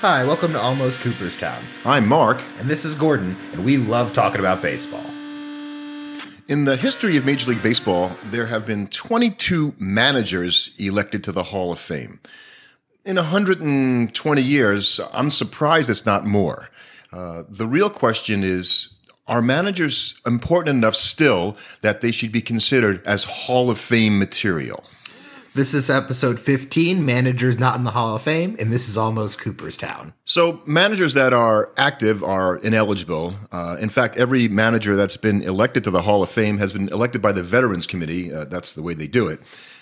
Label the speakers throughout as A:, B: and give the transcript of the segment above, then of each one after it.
A: Hi, welcome to Almost Cooperstown.
B: I'm Mark.
A: And this is Gordon, and we love talking about baseball.
B: In the history of Major League Baseball, there have been 22 managers elected to the Hall of Fame. In 120 years, I'm surprised it's not more. Uh, the real question is are managers important enough still that they should be considered as Hall of Fame material?
A: This is episode 15 Managers Not in the Hall of Fame, and this is Almost Cooperstown.
B: So, managers that are active are ineligible. Uh, in fact, every manager that's been elected to the Hall of Fame has been elected by the Veterans Committee. Uh, that's the way they do it.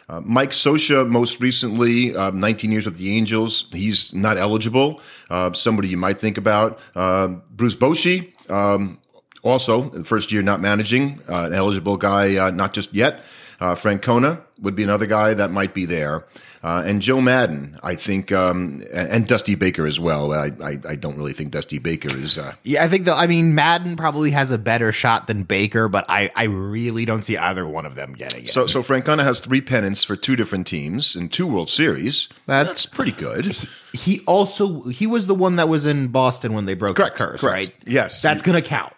B: Uh, Mike Sosha, most recently, uh, 19 years with the Angels, he's not eligible. Uh, somebody you might think about. Uh, Bruce Boshi, um, also the first year not managing, uh, an eligible guy, uh, not just yet. Uh, Francona would be another guy that might be there, uh, and Joe Madden, I think, um, and, and Dusty Baker as well. I, I, I don't really think Dusty Baker is. Uh,
A: Yeah, I think though, I mean, Madden probably has a better shot than Baker, but I, I really don't see either one of them getting it.
B: so so Francona has three pennants for two different teams and two World Series.
A: That's-
B: That's pretty good.
A: he also, he was the one that was in Boston when they broke
B: Correct,
A: the curse,
B: correct.
A: right?
B: Yes.
A: That's going to count.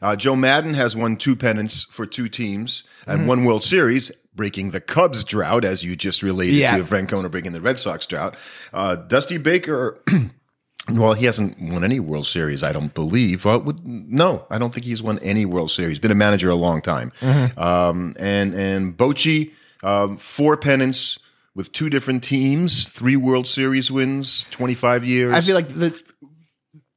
B: Uh, Joe Madden has won two pennants for two teams and
A: Mm-hmm.
B: one World Series, breaking the Cubs drought, as you just related
A: Yeah.
B: to Francona breaking the Red Sox drought. Uh, Dusty Baker, well, he hasn't won any World Series, I don't believe. Well, would, no, I don't think he's won any World Series. Been a manager a long time.
A: Mm-hmm.
B: Um, and and Bochy, um, four pennants. With two different teams, three World Series wins, twenty-five years.
A: I feel like the,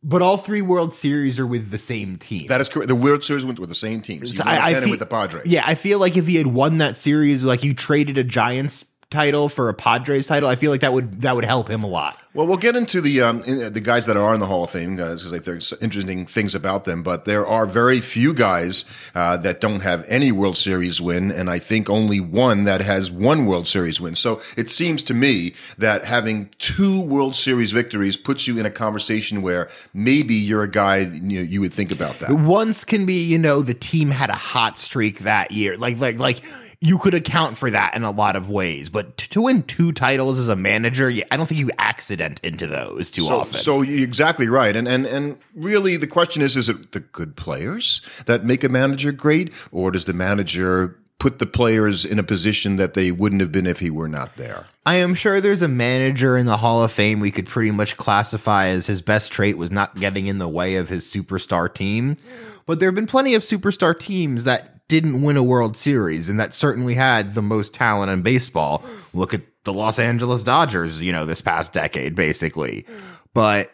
A: but all three World Series are with the same team.
B: that is correct. The World Series went with the same teams. He
A: So
B: won
A: I-
B: a
A: I
B: pennant
A: feel-
B: with the Padres.
A: Yeah, I feel like if he had won that series, like you traded a Giants title for a Padres title, I feel like that would that would help him a lot.
B: Well, we'll get into the um, in, the guys that are in the Hall of Fame guys because like, there's interesting things about them. But there are very few guys uh, that don't have any World Series win, and I think only one that has one World Series win. So it seems to me that having two World Series victories puts you in a conversation where maybe you're a guy you, know, you would think about that.
A: Once can be, you know, the team had a hot streak that year. Like like like you could account for that in a lot of ways, but t- to win two titles as a manager, yeah, I don't think you accident into those too
B: So,
A: often.
B: so you're exactly right, and and and really, the question is: Is it the good players that make a manager great, or does the manager put the players in a position that they wouldn't have been if he were not there?
A: I am sure there's a manager in the Hall of Fame we could pretty much classify as his best trait was not getting in the way of his superstar team. But there have been plenty of superstar teams that didn't win a World Series and that certainly had the most talent in baseball. Look at the Los Angeles Dodgers, you know, this past decade, basically. But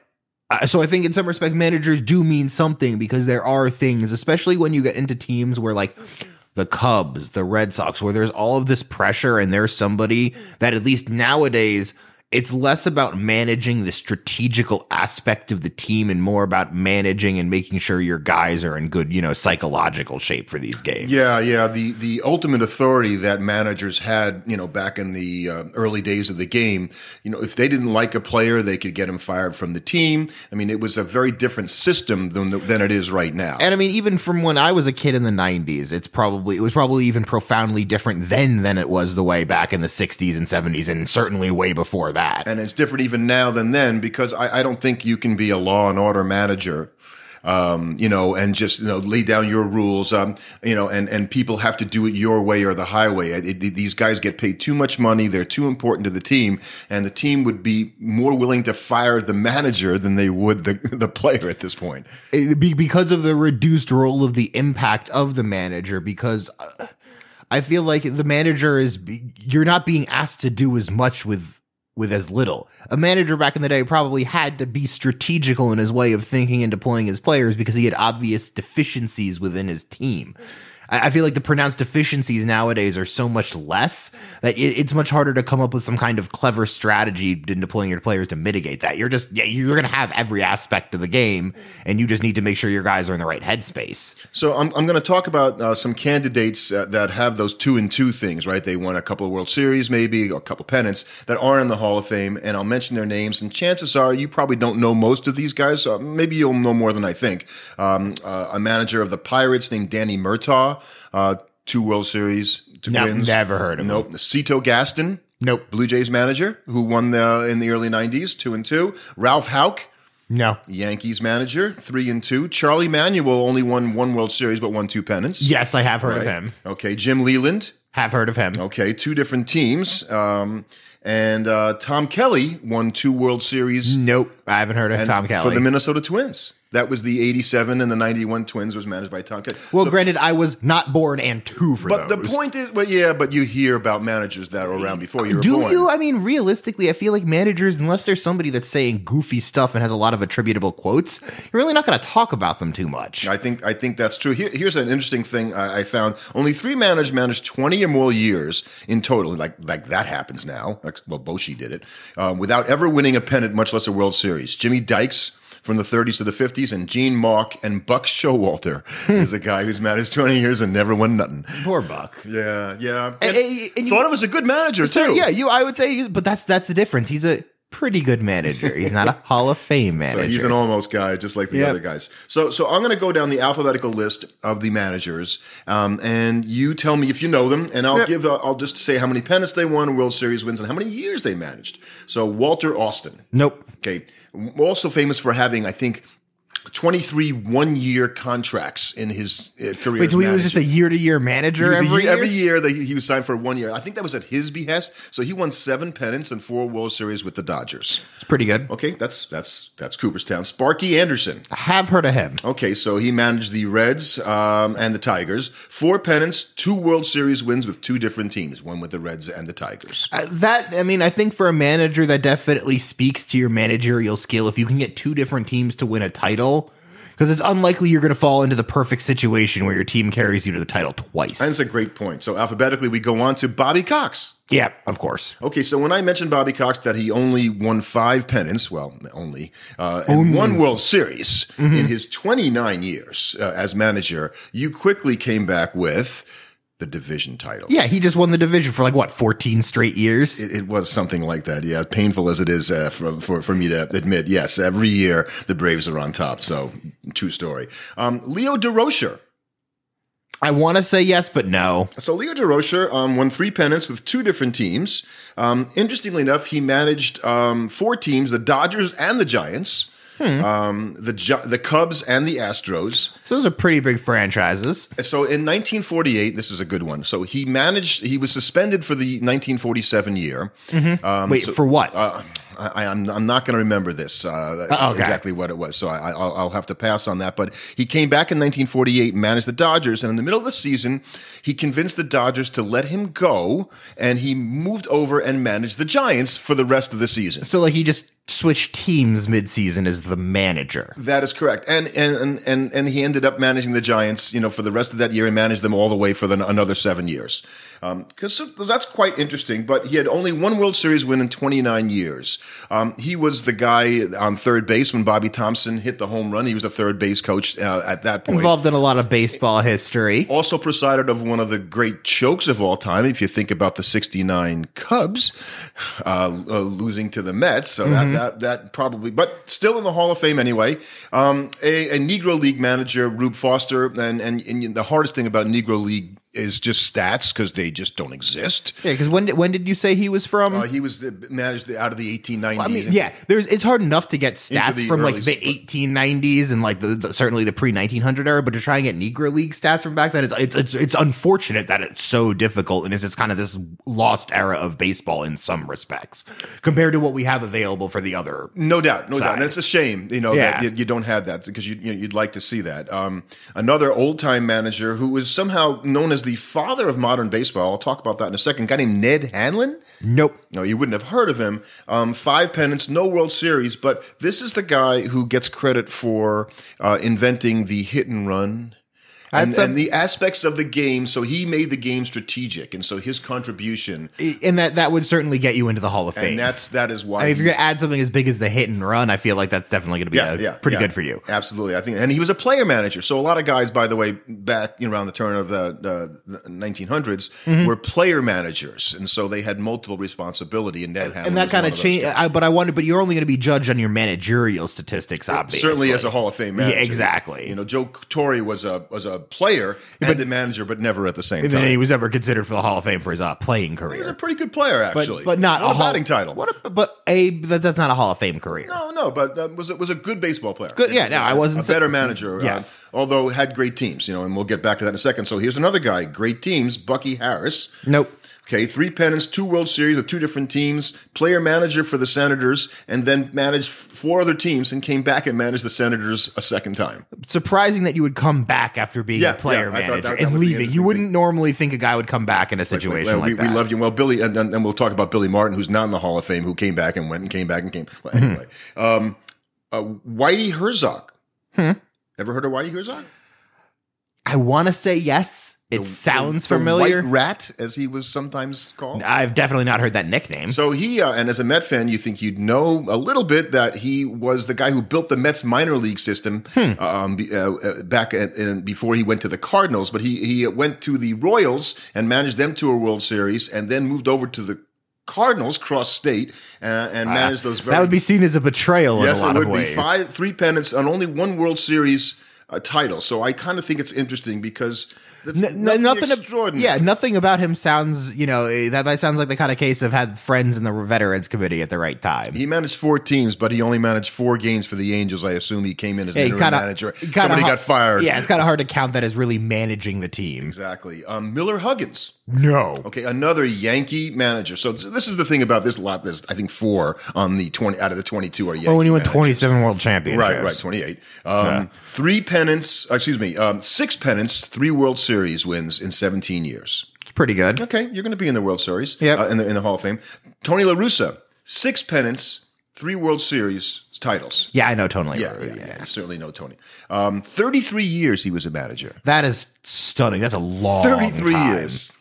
A: uh, so I think in some respect, managers do mean something because there are things, especially when you get into teams where like the Cubs, the Red Sox, where there's all of this pressure and there's somebody that at least nowadays it's less about managing the strategical aspect of the team and more about managing and making sure your guys are in good, you know, psychological shape for these games.
B: Yeah, yeah. The the ultimate authority that managers had, you know, back in the uh, early days of the game, you know, if they didn't like a player, they could get him fired from the team. I mean, it was a very different system than the, than it is right now.
A: And I mean, even from when I was a kid in the '90s, it's probably it was probably even profoundly different then than it was the way back in the '60s and '70s, and certainly way before that.
B: and it's different even now than then because I, I don't think you can be a law and order manager um, you know and just you know lay down your rules um, you know and and people have to do it your way or the highway It- it- these guys get paid too much money they're too important to the team and the team would be more willing to fire the manager than they would the, the player at this point
A: it- Uh, be, because of the reduced role of the impact of the manager because uh, i feel like the manager is you're not being asked to do as much with with as little a manager back in the day probably had to be strategical in his way of thinking and deploying his players because he had obvious deficiencies within his team I I feel like the pronounced deficiencies nowadays are so much less that it, it's much harder to come up with some kind of clever strategy in deploying your players to mitigate that. You're just yeah, you're gonna have every aspect of the game, and you just need to make sure your guys are in the right headspace.
B: So I'm, I'm going to talk about uh, some candidates uh, that have those two and two things, right? They won a couple of World Series, maybe or a couple of pennants that are in the Hall of Fame, and I'll mention their names. And chances are you probably don't know most of these guys. So maybe you'll know more than I think. Um, uh, a manager of the Pirates named Danny Murtaugh, uh, two World Series, two
A: No,
B: wins.
A: never heard of him.
B: Nope. Cito Gaston.
A: Nope.
B: Blue Jays manager who won the, in the early '90s, two and two. Ralph Houck,
A: No.
B: Yankees manager, three and two. Charlie Manuel only won one World Series but won two pennants.
A: Yes, I have heard of
B: Right. Oh.
A: him.
B: Okay, Jim Leland.
A: Have heard of him.
B: Okay, two different teams. Um, and uh, Tom Kelly won two World Series
A: Nope. I haven't heard of
B: and-
A: Mm. Tom Kelly.
B: for the Minnesota Twins. That was the 87 and the 91 Twins was managed by Tom Kelly.
A: well, granted, I was not born and two for
B: but
A: those.
B: the point is, well, yeah, but you hear about managers that were around before you were
A: uh, Do
B: born.
A: you? I mean, realistically, I feel like managers, unless there's somebody that's saying goofy stuff and has a lot of attributable quotes, you're really not going to talk about them too much.
B: I think I think that's true. Here, here's an interesting thing I, I found: only three managers managed 20 or more years in total. Like like that happens now. Like, well, Boshi did it um, without ever winning a pennant, much less a World Series. Jimmy Dykes. From the 30s to the 50s, and Gene Mock and Buck Showalter is a guy who's managed 20 years and never won nothing.
A: Poor Buck.
B: Yeah, yeah.
A: And- and- and you-
B: thought it was a good manager
A: So
B: too.
A: yeah, you. I would say, he's- but that's that's the difference. He's a pretty good manager. He's not a Hall of Fame manager.
B: So he's an almost guy, just like the
A: Yeah.
B: other guys. So, so I'm going to go down the alphabetical list of the managers, um, and you tell me if you know them, and I'll
A: Yep.
B: give, uh, I'll just say how many pennants they won, World Series wins, and how many years they managed. So, Walter Austin,
A: nope.
B: okay, also famous for having, I think, 23 one-year contracts in his uh, career.
A: Wait,
B: as
A: so he was just a
B: manager.
A: year to year manager
B: He
A: every
B: was a year-
A: year.
B: every year that he he was signed for one year. I think that was at his behest. So he won seven pennants and four World Series with the Dodgers.
A: It's pretty good.
B: Okay, that's that's that's Cooperstown. Sparky Anderson.
A: I have heard of him.
B: Okay, so he managed the Reds um, and the Tigers. Four pennants, two World Series wins with two different teams, one with the Reds and the Tigers.
A: Uh, that I mean, I think for a manager, that definitely speaks to your managerial skill. If you can get two different teams to win a title, because it's unlikely you're going to fall into the perfect situation where your team carries you to the title twice.
B: That's a great point. So alphabetically, we go on to Bobby Cox.
A: yeah, of course.
B: Okay, so when I mentioned Bobby Cox that he only won five pennants, well, only, uh, and one World Series in his 29 years uh, as manager, you quickly came back with the division title.
A: Yeah, he just won the division for like what 14 straight years.
B: It, it was something like that, yeah. Painful as it is uh, for, for for me to admit, yes. Every year the Braves are on top, so true story. Um, Leo DeRocher.
A: I want to say yes, but no.
B: So Leo DeRocher um, won three pennants with two different teams. Um, interestingly enough, he managed um, four teams: the Dodgers and the Giants, um, the Gi- the Cubs and the Astros.
A: So those are pretty big franchises.
B: So in 1948, this is a good one. So he managed. He was suspended for the 1947 year. Um,
A: Wait,
B: so-
A: for what?
B: uh, I, I'm, I'm not going to remember this uh,
A: Uh, okay.
B: exactly what it was, so I, I'll, I'll have to pass on that. But he came back in 1948 and managed the Dodgers, and in the middle of the season, he convinced the Dodgers to let him go, and he moved over and managed the Giants for the rest of the season.
A: so like he just switched teams mid-season as the manager.
B: That is correct, and and and and, and he ended up managing the Giants, you know, for the rest of that year, and managed them all the way for the, another seven years. Um, Because that's quite interesting. But he had only one World Series win in 29 years. Um, he was the guy on third base when Bobby Thompson hit the home run. He was the third base coach uh, at that point.
A: Involved in a lot of baseball history.
B: Also presided of one of the great chokes of all time. If you think about the '69 Cubs uh, uh, losing to the Mets, so
A: Mm-hmm.
B: that, that that probably, but still in the Hall of Fame anyway. Um, a, a Negro League manager, Rube Foster, and and, and the hardest thing about Negro League is just stats because they just don't exist.
A: Yeah, because when did, when did you say he was from?
B: Uh, he was the, managed the, out of the 1890s.
A: I mean, yeah, there's it's hard enough to get
B: the
A: stats from like
B: early
A: the
B: sp-
A: 1890s and like the, the certainly the pre 1900 era, but to try and get Negro League stats from back then, it's it's it's, it's unfortunate that it's so difficult and it's just kind of this lost era of baseball in some respects compared to what we have available for the other.
B: No doubt, no
A: side.
B: doubt, and it's a shame, you know, that
A: Yeah.
B: you, you don't have that because you, you know, you'd like to see that. Um, another old time manager who was somehow known as the father of modern baseball. I'll talk about that in a second. A guy named Ned Hanlon.
A: Nope.
B: No, you wouldn't have heard of him. Um, five pennants, no World Series, but this is the guy who gets credit for uh, inventing the hit and run. And,
A: That's a-
B: and the aspects of the game, so he made the game strategic, and so his contribution,
A: And that that would certainly get you into the Hall of Fame.
B: and that's that is why
A: I mean, if
B: he-
A: you're gonna add something as big as the hit and run, I feel like that's definitely gonna be uh pretty
B: yeah.
A: good for you.
B: Absolutely, I think. And he was a player manager, so a lot of guys, by the way, back you know, around the turn of the, the, the 1900s,
A: Mm-hmm.
B: were player managers, and so they had multiple responsibility. And Ned Hanlon
A: And that
B: was
A: kind
B: one
A: of
B: those
A: change,
B: guys.
A: I, but I wanted, but you're only going to be judged on your managerial statistics, obviously.
B: Certainly, as a Hall of Fame manager,
A: exactly.
B: You know, Joe Torre was a was a player and a manager, but never at the same
A: Even he
B: time.
A: was ever considered for the Hall of Fame for his uh, playing
B: He was a
A: career,
B: pretty good player,
A: but,
B: actually,
A: but not
B: Won
A: a
B: a batting
A: hall,
B: title.
A: What a, but a but that's not a Hall of Fame career.
B: No, no, but uh, was it was a good baseball player.
A: Good, yeah, no, I wasn't
B: a
A: sa-
B: better manager. uh,
A: Yes.
B: although had great teams, you know, and we'll get back to that in a second. So here's another guy, great teams, Bucky Harris.
A: Nope.
B: Okay, three pennants, two World Series with two different teams, player manager for the Senators, and then managed f- four other teams and came back and managed the Senators a second time.
A: Surprising that you would come back after being
B: Yeah,
A: a player
B: yeah, I thought
A: manager
B: that- that
A: and
B: was the
A: leaving.
B: interesting
A: You wouldn't normally think a guy would come back in a situation
B: Well,
A: like
B: we,
A: that.
B: we loved you. Well, Billy, and, and, and we'll talk about Billy Martin, who's not in the Hall of Fame, who came back and went and came back and came. Well,
A: Mm-hmm.
B: anyway, um, uh, Whitey Herzog.
A: Hmm.
B: Ever heard of Whitey Herzog?
A: I want to say yes. It
B: The-
A: sounds
B: the- the
A: familiar.
B: White rat, as he was sometimes called.
A: I've definitely not heard that nickname.
B: So he, uh, and as a Met fan, you think you'd know a little bit that he was the guy who built the Mets minor league system
A: Hmm.
B: um, be- uh, uh, back at, in, before he went to the Cardinals. But he he went to the Royals and managed them to a World Series, and then moved over to the Cardinals cross state uh, and managed those. Very
A: Ah, that would be seen as a betrayal
B: yes,
A: in a lot
B: it would
A: of ways.
B: be five three pennants and only one World Series uh, title. So I kind of think it's interesting because. That's
A: N- n- nothing, ab-
B: extraordinary.
A: yeah, nothing about him sounds, you know, eh, that, that sounds like the kind of case of had friends in the veterans committee at the right time.
B: He managed four teams, but he only managed four games for the Angels. I assume he came in as an
A: Yeah,
B: interim
A: kinda-
B: manager.
A: kinda
B: Somebody
A: hard-
B: got fired.
A: Yeah, it's kind of hard to count that as really managing the team.
B: Exactly. Um, Miller Huggins.
A: No.
B: Okay, another Yankee manager. So this this is the thing about this lot. There's I think four on the twenty out of the twenty-two are Yankee.
A: Oh, when he won
B: managers.
A: 27 world championships.
B: Right, right, twenty-eight. Um, Three pennants. Excuse me. Um, six pennants. Three World Series wins in seventeen years.
A: It's pretty good.
B: Okay, you're going to be in the World Series.
A: Yep.
B: uh, in the in the Hall of Fame. Tony La Russa. Six pennants. Three World Series titles.
A: Yeah, I know totally.
B: Yeah, yeah, yeah, You certainly know Tony. Um, 33 years he was a manager.
A: That is stunning. That's a long
B: 33
A: time.
B: years.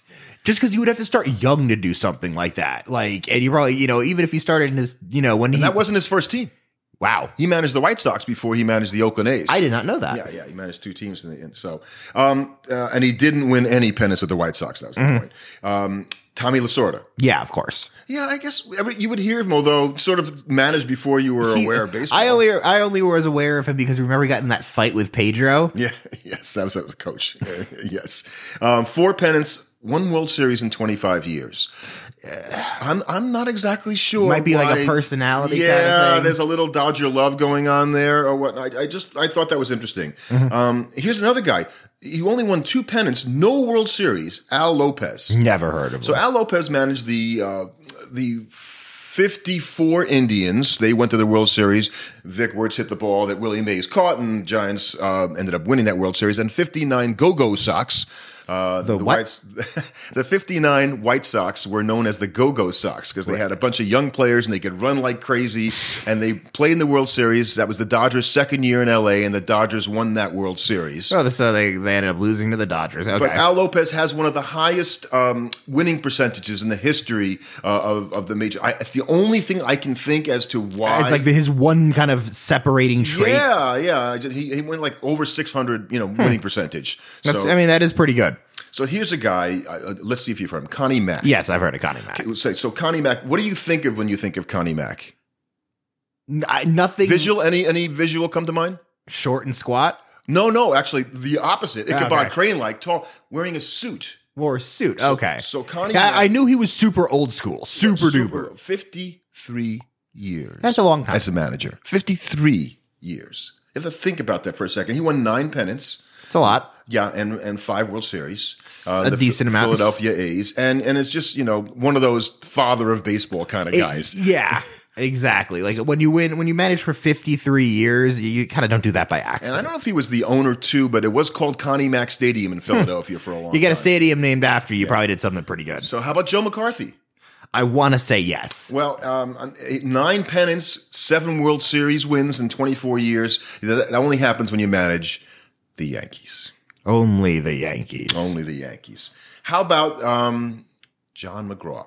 A: Just because you would have to start young to do something like that. Like, and you probably, you know, even if you started in his, you know, when he,
B: That wasn't his first team.
A: wow.
B: He managed the White Sox before he managed the Oakland A's.
A: I did not know that.
B: Yeah, yeah. He managed two teams in the end. So, um, uh, and he didn't win any pennants with the White Sox. That was
A: Mm-hmm.
B: the point. Um, Tommy Lasorda.
A: Yeah, of course.
B: Yeah, I guess every, you would hear him, although sort of managed before you were
A: He-
B: aware of baseball.
A: I only I only was aware of him because remember he got in that fight with Pedro.
B: Yeah, yes, that was, that was a coach. yes, um, four pennants, one World Series in twenty five years. Uh, I'm I'm not exactly sure.
A: Might be like a
B: why-
A: personality kind
B: Yeah,
A: of thing.
B: there's a little Dodger love going on there, or what? I, I just I thought that was interesting.
A: Mm-hmm.
B: Um, here's another guy. He only won two pennants, no World Series. Al Lopez.
A: Never heard of
B: So
A: him.
B: Al Lopez managed the uh, the 54 Indians. They went to the World Series. Vic Wertz hit the ball that Willie Mays caught, and Giants uh, ended up winning that World Series. And 59 Go-Go Sox. Uh,
A: The what?
B: Whites- the 59 White Sox were known as the Go-Go Sox because they had a bunch of young players and they could run like crazy. And they played in the World Series. That was the Dodgers' second year in LA, and the Dodgers won that World Series.
A: So, Oh, so they they ended up losing to the Dodgers. Okay.
B: But Al Lopez has one of the highest um, winning percentages in the history uh, of, of the major. I, it's the only thing I can think as to why.
A: it's like the, his one kind of separating trait. Hmm.
B: yeah, yeah. I just- He, he went like over six hundred, you know, winning percentage.
A: That's,
B: So,
A: I mean, that is pretty good.
B: so here's a guy. Uh, uh, let's see if you've heard him, Connie Mack.
A: Yes, I've heard of Connie Mack.
B: So, so Connie Mack, what do you think of when you think of Connie Mack?
A: N- I- nothing
B: Visual? Any any visual come to mind?
A: short and squat.
B: No, no. Actually, the opposite. Ichabod
A: Okay.
B: Crane, like tall, wearing a suit.
A: Wore a suit. Okay.
B: So Connie, Mack,
A: I, I knew he was super old school, super, duper.
B: fifty three years.
A: That's a long time.
B: as a manager. 53 years. You have to think about that for a second. He won nine pennants.
A: It's a lot.
B: Yeah, and, and five World Series, uh,
A: a
B: the
A: decent amount.
B: Philadelphia A's, and and it's just you know one of those father of baseball kind of
A: It-
B: guys.
A: yeah, exactly. Like when you win, when you manage for fifty three years, you, you kind of don't do that by
B: and
A: accident.
B: I don't know if he was the owner too, but it was called Connie Mack Stadium in Philadelphia for a long.
A: Hmm. You get a
B: time.
A: stadium named after you. Probably did something pretty good.
B: So how about Joe McCarthy?
A: I want to say yes.
B: Well, um, eight- nine pennants, seven World Series wins in 24 years. That that only happens when you manage the Yankees.
A: Only the Yankees.
B: Only the Yankees. How about um, John McGraw?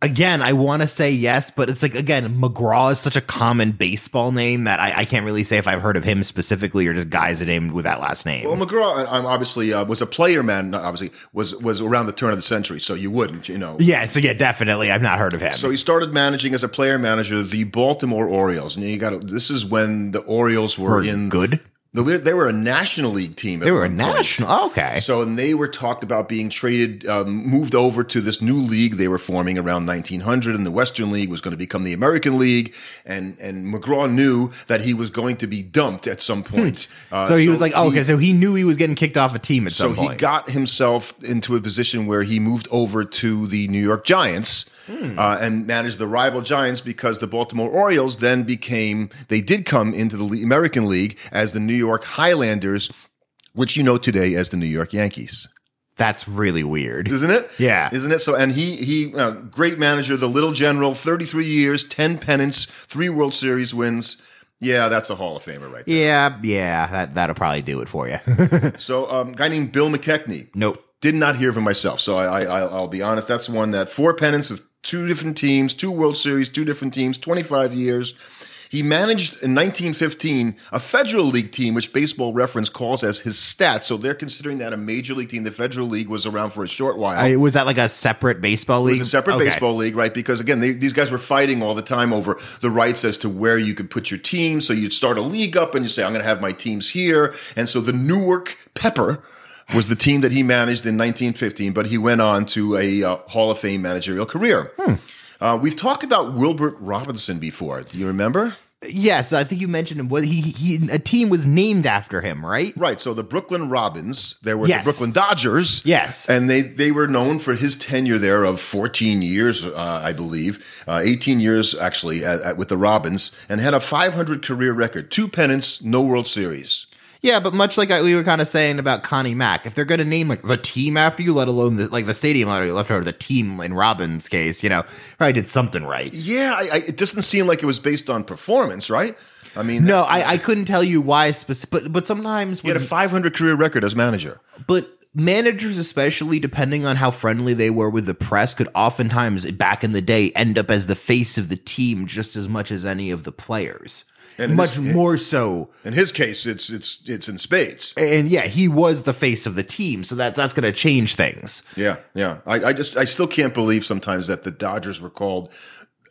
A: Again, I want to say yes, but it's like again, McGraw is such a common baseball name that I, I can't really say if I've heard of him specifically or just guys that named with that last name.
B: Well, McGraw, I- I'm obviously uh, was a player man. Not obviously was was around the turn of the century, so you wouldn't, you know.
A: yeah, so yeah, definitely, I've not heard of him.
B: So he started managing as a player manager the Baltimore Orioles, and you got to this is when the Orioles were
A: Or
B: in
A: good.
B: They were- they were a National League team. at
A: They were a
B: one point.
A: national. oh, Okay.
B: So, and they were talked about being traded, um, moved over to this new league they were forming around 1900, and the Western League was going to become the American League. And and McGraw knew that he was going to be dumped at some point. Uh,
A: Hmm. So he was like, oh, okay. So he knew he was getting kicked off a team at
B: so
A: some point.
B: he got himself into a position where he moved over to the New York Giants
A: Hmm.
B: uh, and managed the rival Giants because the Baltimore Orioles then became they did come into the Le- American League as the New York Highlanders, which you know today as the New York Yankees
A: That's really weird.
B: isn't it?
A: Yeah.
B: isn't it? So, and he he, uh, great manager, the little general, thirty three years, ten pennants, three World Series wins. Yeah, that's a Hall of Famer right there.
A: Yeah, yeah. That that'll probably do it for you.
B: So, um, a guy named Bill McKechnie.
A: nope.
B: Did not hear from myself, so I, I I'll- I'll be honest. That's one that four pennants with two different teams, two World Series, two different teams, twenty five years. He managed in 1915 a Federal League team, which Baseball Reference calls as his stats. So they're considering that a major league team. The Federal League was around for a short while.
A: I, was that like a separate baseball league?
B: It was a separate
A: Okay.
B: baseball league, right? Because again, they, these guys were fighting all the time over the rights as to where you could put your team. So you'd start a league up and you say, I'm going to have my teams here. And so the Newark Pepper was the team that he managed in 1915, but he went on to a uh, Hall of Fame managerial career.
A: Hmm.
B: Uh, we've talked about Wilbert Robinson before. Do you remember?
A: Yes, I think you mentioned him. What he, he he- a team was named after him, right?
B: Right. So the Brooklyn Robins, there were
A: Yes.
B: the Brooklyn Dodgers.
A: Yes.
B: And they, they were known for his tenure there of 14 years, uh, I believe, uh, 18 years actually at, at- with the Robins, and had a 500 career record, two pennants, no World Series.
A: Yeah, but much like I, we were kind of saying about Connie Mack, if they're going to name like the team after you, let alone the, like the stadium after you, left over the team in Robin's case, you know, probably did something right.
B: Yeah, I, I, it doesn't seem like it was based on performance, right? I mean,
A: No, I, I couldn't tell you why specific, but, but sometimes
B: he had
A: when,
B: a 500 career record as manager.
A: but managers, especially depending on how friendly they were with the press, could oftentimes back in the day end up as the face of the team just as much as any of the players,
B: And in
A: much
B: this-
A: more so.
B: In his case, it's it's it's in spades.
A: And yeah, he was the face of the team, so that that's going to change things.
B: Yeah, yeah. I, I just I still can't believe sometimes that the Dodgers were called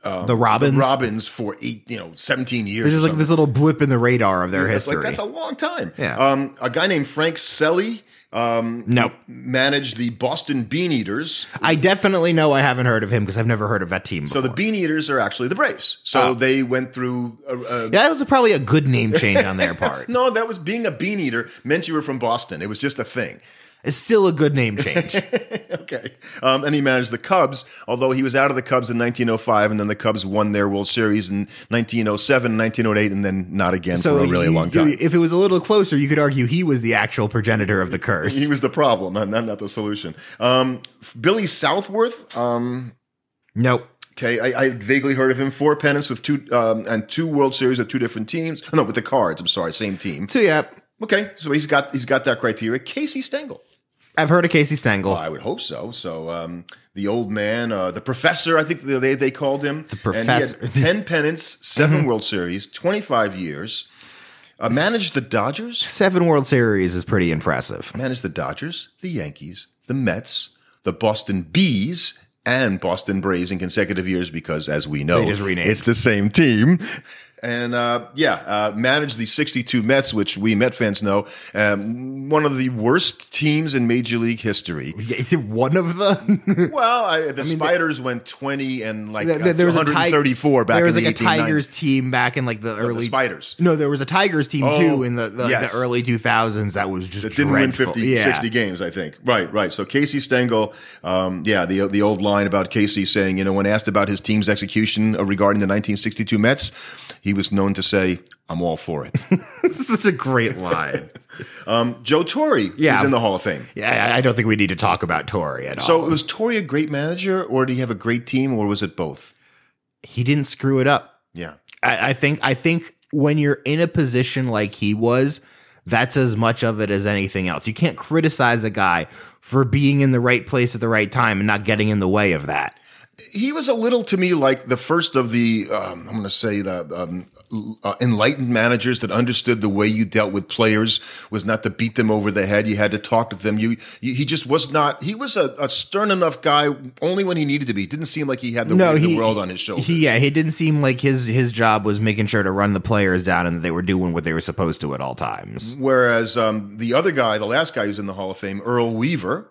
A: the
B: the
A: Robins.
B: Robins for eight, you know, 17 years.
A: There's
B: or
A: just like
B: something.
A: this little blip in the radar of their
B: That's
A: history.
B: Like, that's a long time.
A: Yeah.
B: Um, a guy named Frank Selly um,
A: no,
B: managed the Boston Bean Eaters.
A: I definitely know I haven't heard of him because I've never heard of that team.
B: So the Bean Eaters are actually the Braves. So
A: Oh.
B: they went through. A, a,
A: yeah, that was probably a good name change on their part.
B: No, that was being a bean eater meant you were from Boston. It was just a thing.
A: It's still a good name change.
B: okay. Um, and he managed the Cubs, although he was out of the Cubs in 1905, and then the Cubs won their World Series in 1907, 1908, and then not again
A: so
B: for a really
A: you- you-
B: long time.
A: If it was a little closer, you could argue he was the actual progenitor of the curse.
B: he was the problem, and not, not the solution. Um, Billy Southworth, um,
A: nope.
B: Okay, I, I vaguely heard of him. Four pennants with two um, and two World Series with two different teams. Oh, No, with the Cards. I'm sorry, same team.
A: So yeah,
B: Okay, so he's got he's got that criteria. Casey Stengel.
A: I've heard of Casey Stengel.
B: I would hope so. So um, the old man, uh, the professor, I think they they called him the
A: professor.
B: Ten pennants, 7 World Series, 25 years. Uh, managed the Dodgers.
A: Seven World Series is pretty impressive.
B: Managed the Dodgers, the Yankees, the Mets, the Boston Bees. And Boston Braves in consecutive years because, as we know,
A: They just renamed.
B: it's the same team. And uh, yeah, uh, managed the 62 Mets, which we Met fans know, um, one of the worst teams in Major League history.
A: Yeah, is it one of the?
B: Well, I, the Spiders went 20 and like
A: There- there
B: uh,
A: was a Ti-
B: 134 back
A: there was
B: in
A: like
B: the
A: a Tigers team back in like the
B: The
A: early
B: Spiders.
A: No, there was a Tigers team
B: Oh,
A: too in the, the,
B: yes.
A: the early 2000s that was just
B: It didn't win
A: dreadful.
B: 50,
A: yeah.
B: 60 games, I think. Right, right. So Casey Stengel, um, yeah, the the old line about Casey saying, you know, when asked about his team's execution uh, regarding the 1962 Mets, he was known to say, I'm all for it.
A: This is a great line.
B: um, Joe Torre
A: Yeah.
B: is in the Hall of Fame.
A: yeah, I- I don't think we need to talk about Tori at all.
B: So was Torre a great manager or did he have a great team or was it both?
A: he didn't screw it up.
B: Yeah.
A: I, I think I think when you're in a position like he was, that's as much of it as anything else. You can't criticize a guy for being in the right place at the right time and not getting in the way of that.
B: he was a little to me like the first of the um, I'm going to say the um, l- uh, enlightened managers that understood the way you dealt with players was not to beat them over the head. You had to talk to them. You, you he just was not. He was a, a stern enough guy only when he needed to be. Didn't seem like he had the
A: no,
B: weight of
A: he,
B: the world on his shoulders.
A: He, yeah, he didn't seem like his his job was making sure to run the players down and that they were doing what they were supposed to at all times.
B: Whereas um, the other guy, the last guy who's in the Hall of Fame, Earl Weaver,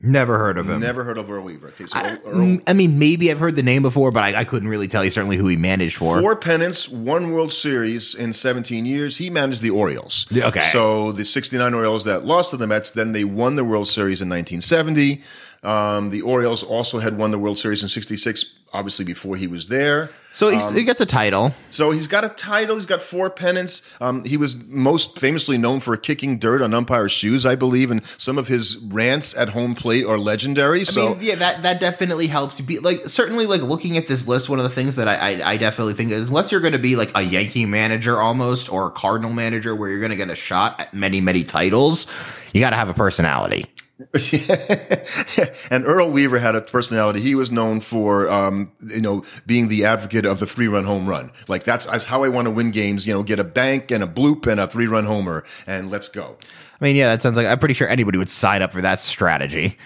A: Never heard of him.
B: never heard of Earl Weaver. Okay, so Earl,
A: Mm, I mean, maybe I've heard the name before, but I, I couldn't really tell you certainly who he managed for.
B: Four pennants, one World Series in 17 years. He managed the Orioles.
A: Yeah, okay.
B: So the 69 Orioles that lost to the Mets, then they won the World Series in 1970. Um, the Orioles also had won the World Series in 66, obviously before he was there.
A: so
B: Um,
A: he's, he gets a title.
B: So he's got a title. He's got four pennants. Um, he was most famously known for kicking dirt on umpires' shoes, I believe, and some of his rants at home plate are legendary.
A: I
B: So
A: mean, yeah, that that definitely helps. Be like certainly like looking at this list, one of the things that I I, I definitely think is unless you're going to be like a Yankee manager almost or a Cardinal manager where you're going to get a shot at many many titles, you got to have a personality.
B: and Earl Weaver had a personality. He was known for, um, you know, being the advocate of the three-run home run. Like that's, that's how I want to win games. You know, get a bank and a bloop and a three-run homer, and let's go.
A: I mean, yeah, that sounds like I'm pretty sure anybody would sign up for that strategy.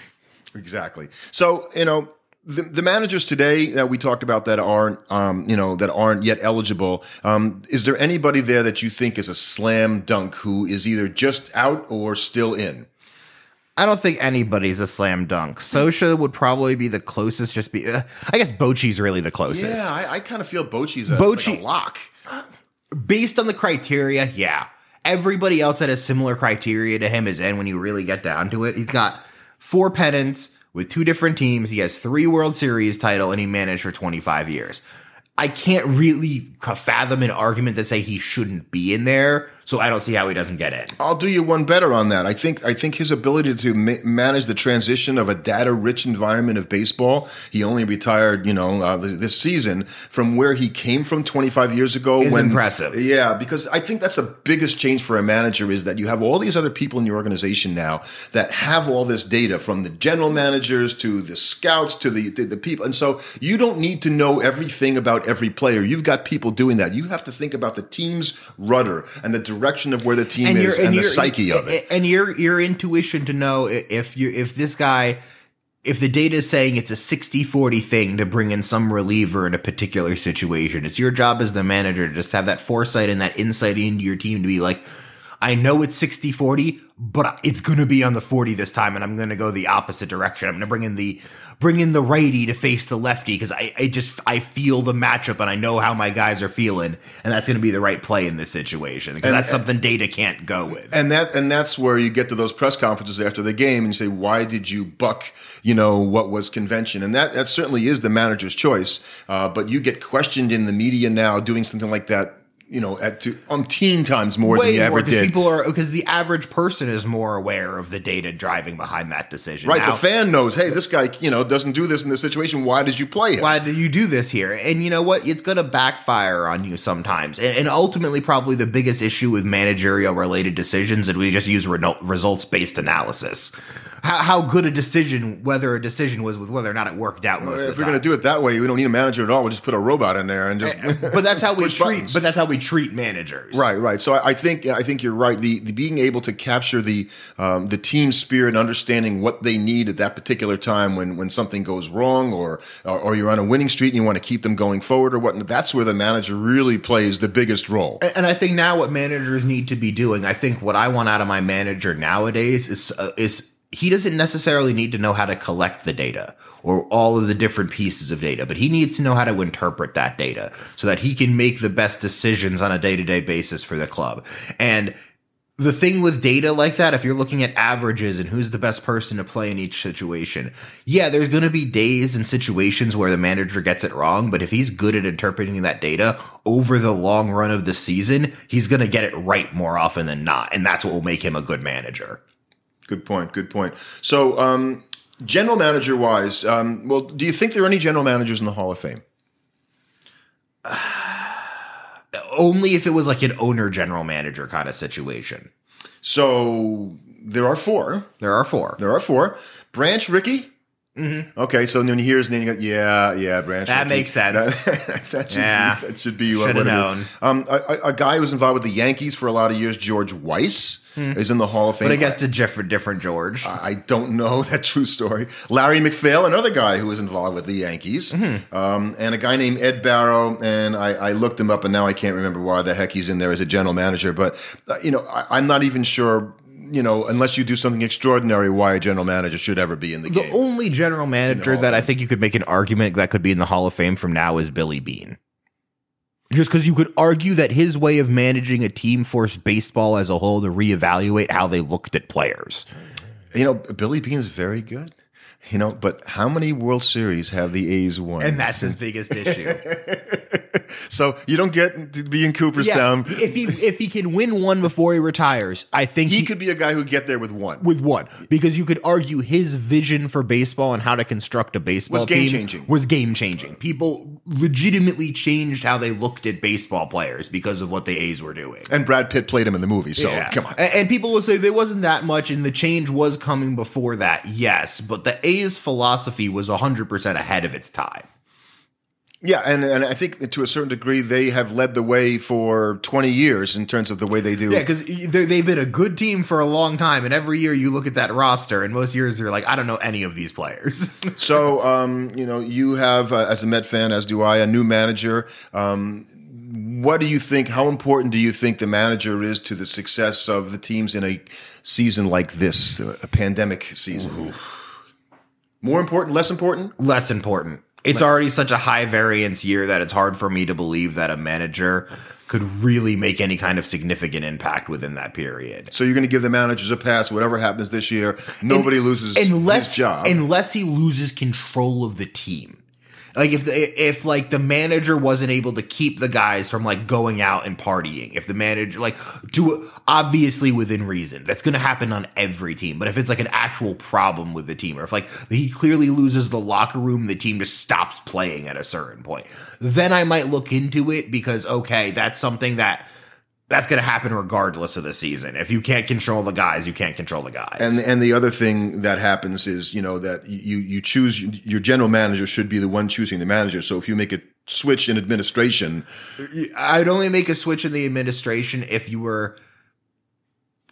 B: Exactly. So you know. The, the managers today that we talked about that aren't, um, you know, that aren't yet eligible. Um, is there anybody there that you think is a slam dunk who is either just out or still in?
A: I don't think anybody's a slam dunk. Sosha would probably be the closest. Just be, uh, I guess Bochy's really the closest.
B: Yeah, I, I kind of feel Bochy's a,
A: Bochy-
B: like a lock.
A: based on the criteria, yeah. Everybody else that has similar criteria to him is in when you really get down to it. He's got four pennants with two different teams. He has three World Series title and he managed for 25 years. I can't really fathom an argument that say he shouldn't be in there, so I don't see how he doesn't get in.
B: I'll do you one better on that. I think I think his ability to ma- manage the transition of a data-rich environment of baseball. He only retired, you know, uh, th- this season from where he came from 25 years ago.
A: Is impressive.
B: Yeah, because I think that's the biggest change for a manager is that you have all these other people in your organization now that have all this data from the general managers to the scouts to the the, the people, and so you don't need to know everything about every player. You've got people doing that. You have to think about the team's rudder and the direction of where the team is and, the psyche of it.
A: and your your intuition to know i- if you if this guy if the data is saying it's a 60-40 thing to bring in some reliever in a particular situation it's your job as the manager to just have that foresight and that insight into your team to be like i know it's 60-40 but it's going to be on the 40 this time and i'm going to go the opposite direction i'm going to bring in the bring in the righty to face the lefty because I, I just i feel the matchup and i know how my guys are feeling and that's going to be the right play in this situation because that's something data can't go with
B: And that and that's where you get to those press conferences after the game and you say, why did you buck, you know, what was convention? And that that certainly is the manager's choice. Uh, but you get questioned in the media now doing something like that, you know, at two, umpteen times more than
A: way
B: you
A: more
B: ever
A: because
B: did.
A: people are because the average person is more aware of the data driving behind that decision.
B: Right,
A: Now,
B: the fan knows. Hey, this guy, you know, doesn't do this in this situation. Why did you play him?
A: why do you do this here? And you know what? It's going to backfire on you sometimes. And, and ultimately, probably the biggest issue with managerial related decisions is we just use results based analysis. How, how good a decision, whether a decision was with whether or not it worked out most of
B: if
A: the
B: we're going to
A: time.
B: do it that way, we don't need a manager at all. We'll just put a robot in there and just.
A: but that's how we
B: push
A: treat.
B: buttons.
A: But that's how we treat managers.
B: Right, right. So I I think I think you're right. The, the being able to capture the um, the team spirit, and understanding what they need at that particular time when when something goes wrong, or or, or you're on a winning streak and you want to keep them going forward, or what. That's where the manager really plays the biggest role.
A: And- And I think now what managers need to be doing, I think what I want out of my manager nowadays is uh, is he doesn't necessarily need to know how to collect the data or all of the different pieces of data, but he needs to know how to interpret that data so that he can make the best decisions on a day-to-day basis for the club. And the thing with data like that, if you're looking at averages and who's the best person to play in each situation, yeah, there's going to be days and situations where the manager gets it wrong. But if he's good at interpreting that data over the long run of the season, he's going to get it right more often than not. And that's what will make him a good manager.
B: Good point. Good point. So, um, general manager wise, um, well, do you think there are any general managers in the Hall of Fame?
A: Only if it was like an owner general manager kind of situation.
B: So there are four.
A: There are four. Mm-hmm.
B: There are four. Branch Rickey. Okay, so then you hear his name, you go, yeah, yeah, Branch.
A: That
B: Rickey.
A: makes sense.
B: That, that should,
A: Yeah.
B: be, that should be what
A: Shoulda
B: it is.
A: known.
B: Um, a, a- a guy who was involved with the Yankees for a lot of years, George Weiss, is in the Hall of Fame.
A: Hmm. But I guess to different, different George.
B: I I don't know that true story. Larry McPhail, another guy who was involved with the Yankees,
A: Mm-hmm.
B: um, and a guy named Ed Barrow. And I, I looked him up, and now I can't remember why the heck he's in there as a general manager. But uh, you know, I, I'm not even sure. You know, unless you do something extraordinary, why a general manager should ever be in the,
A: the
B: game.
A: only general manager
B: Hall of
A: that I
B: Fame.
A: think you could make an argument that could be in the Hall of Fame from now is Billy Bean. Just because you could argue that his way of managing a team forced baseball as a whole to reevaluate how they looked at players.
B: you know, Billy Bean's very good. You know, but how many World Series have the A's won?
A: And that's his biggest issue.
B: so you don't get to be in Cooperstown.
A: if he if he can win one before he retires, I think
B: He could be a guy who get there with one.
A: with one because you could argue his vision for baseball and how to construct a baseball
B: Was game
A: team
B: changing.
A: was game changing. People legitimately changed how they looked at baseball players because of what the A's were doing.
B: And Brad Pitt played him in the movie, so
A: Yeah.
B: come on.
A: A- And, people will say there wasn't that much, and the change was coming before that. Yes, but the A's philosophy was 100% ahead of its time.
B: Yeah, and, and I think that to a certain degree they have led the way for 20 years in terms of the way they do.
A: Yeah, because they've been a good team for a long time, and every year you look at that roster, and most years you're like, I don't know any of these players.
B: So, um, you know, you have, uh, as a Met fan, as do I, a new manager. Um, what do you think? How important do you think the manager is to the success of the teams in a season like this, a pandemic season? More important, less important?
A: Less important. It's already such a high variance year that it's hard for me to believe that a manager could really make any kind of significant impact within that period.
B: So you're going to give the managers a pass, whatever happens this year. Nobody loses
A: unless
B: his job.
A: unless he loses control of the team. Like if the, if like the manager wasn't able to keep the guys from like going out and partying, if the manager like to obviously within reason, that's going to happen on every team. But if it's like an actual problem with the team, or if like he clearly loses the locker room, the team just stops playing at a certain point, then I might look into it because okay, that's something that that's going to happen regardless of the season. If you can't control the guys, you can't control the guys.
B: And and the other thing that happens is you know that you you choose your general manager should be the one choosing the manager. So if you make a switch in administration,
A: I'd only make a switch in the administration if you were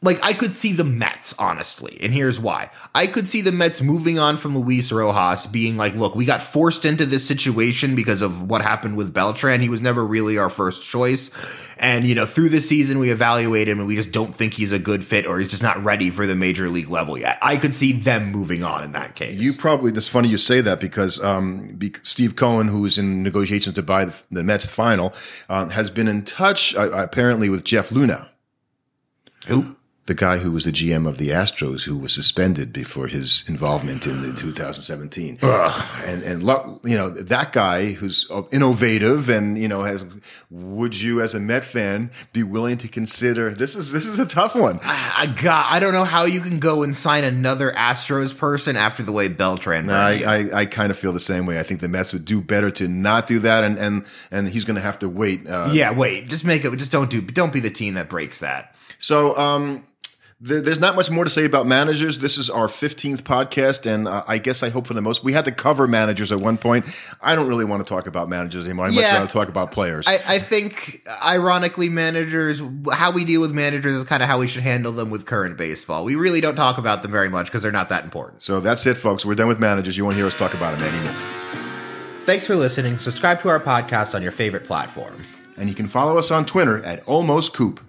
A: like I could see the Mets honestly, and here's why. I could see the Mets moving on from Luis Rojas being like, "Look, we got forced into this situation because of what happened with Beltran. He was never really our first choice, and you know, through the season we evaluate him and we just don't think he's a good fit or he's just not ready for the major league level yet." I could see them moving on in that case.
B: you probably it's funny you say that because um, be, Steve Cohen, who is in negotiations to buy the, the Mets final, um, has been in touch uh, apparently with Jeff Luna,
A: Who?
B: the guy who was the GM of the Astros, who was suspended before his involvement in the 2017. And and lo- you know that guy who's uh, innovative and you know has. Would you, as a Met fan, be willing to consider this? Is this is a tough one?
A: I, God, I don't know how you can go and sign another Astros person after the way Beltran.
B: No, I, I, I kind of feel the same way. I think the Mets would do better to not do that, and and and he's going to have to wait. Uh,
A: Yeah, wait. Just make it. Just don't do. Don't be the team that breaks that.
B: So um, there, there's not much more to say about managers. This is our 15th podcast, and uh, I guess I hope for the most. We had to cover managers at one point. I don't really want to talk about managers anymore. I
A: Yeah.
B: much rather talk about players.
A: I, I think, ironically, managers. How we deal with managers is kind of how we should handle them with current baseball. We really don't talk about them very much because they're not that important.
B: so that's it, folks. We're done with managers. You won't hear us talk about them anymore.
A: Thanks for listening. Subscribe to our podcast on your favorite platform.
B: And you can follow us on Twitter at Almost Coop.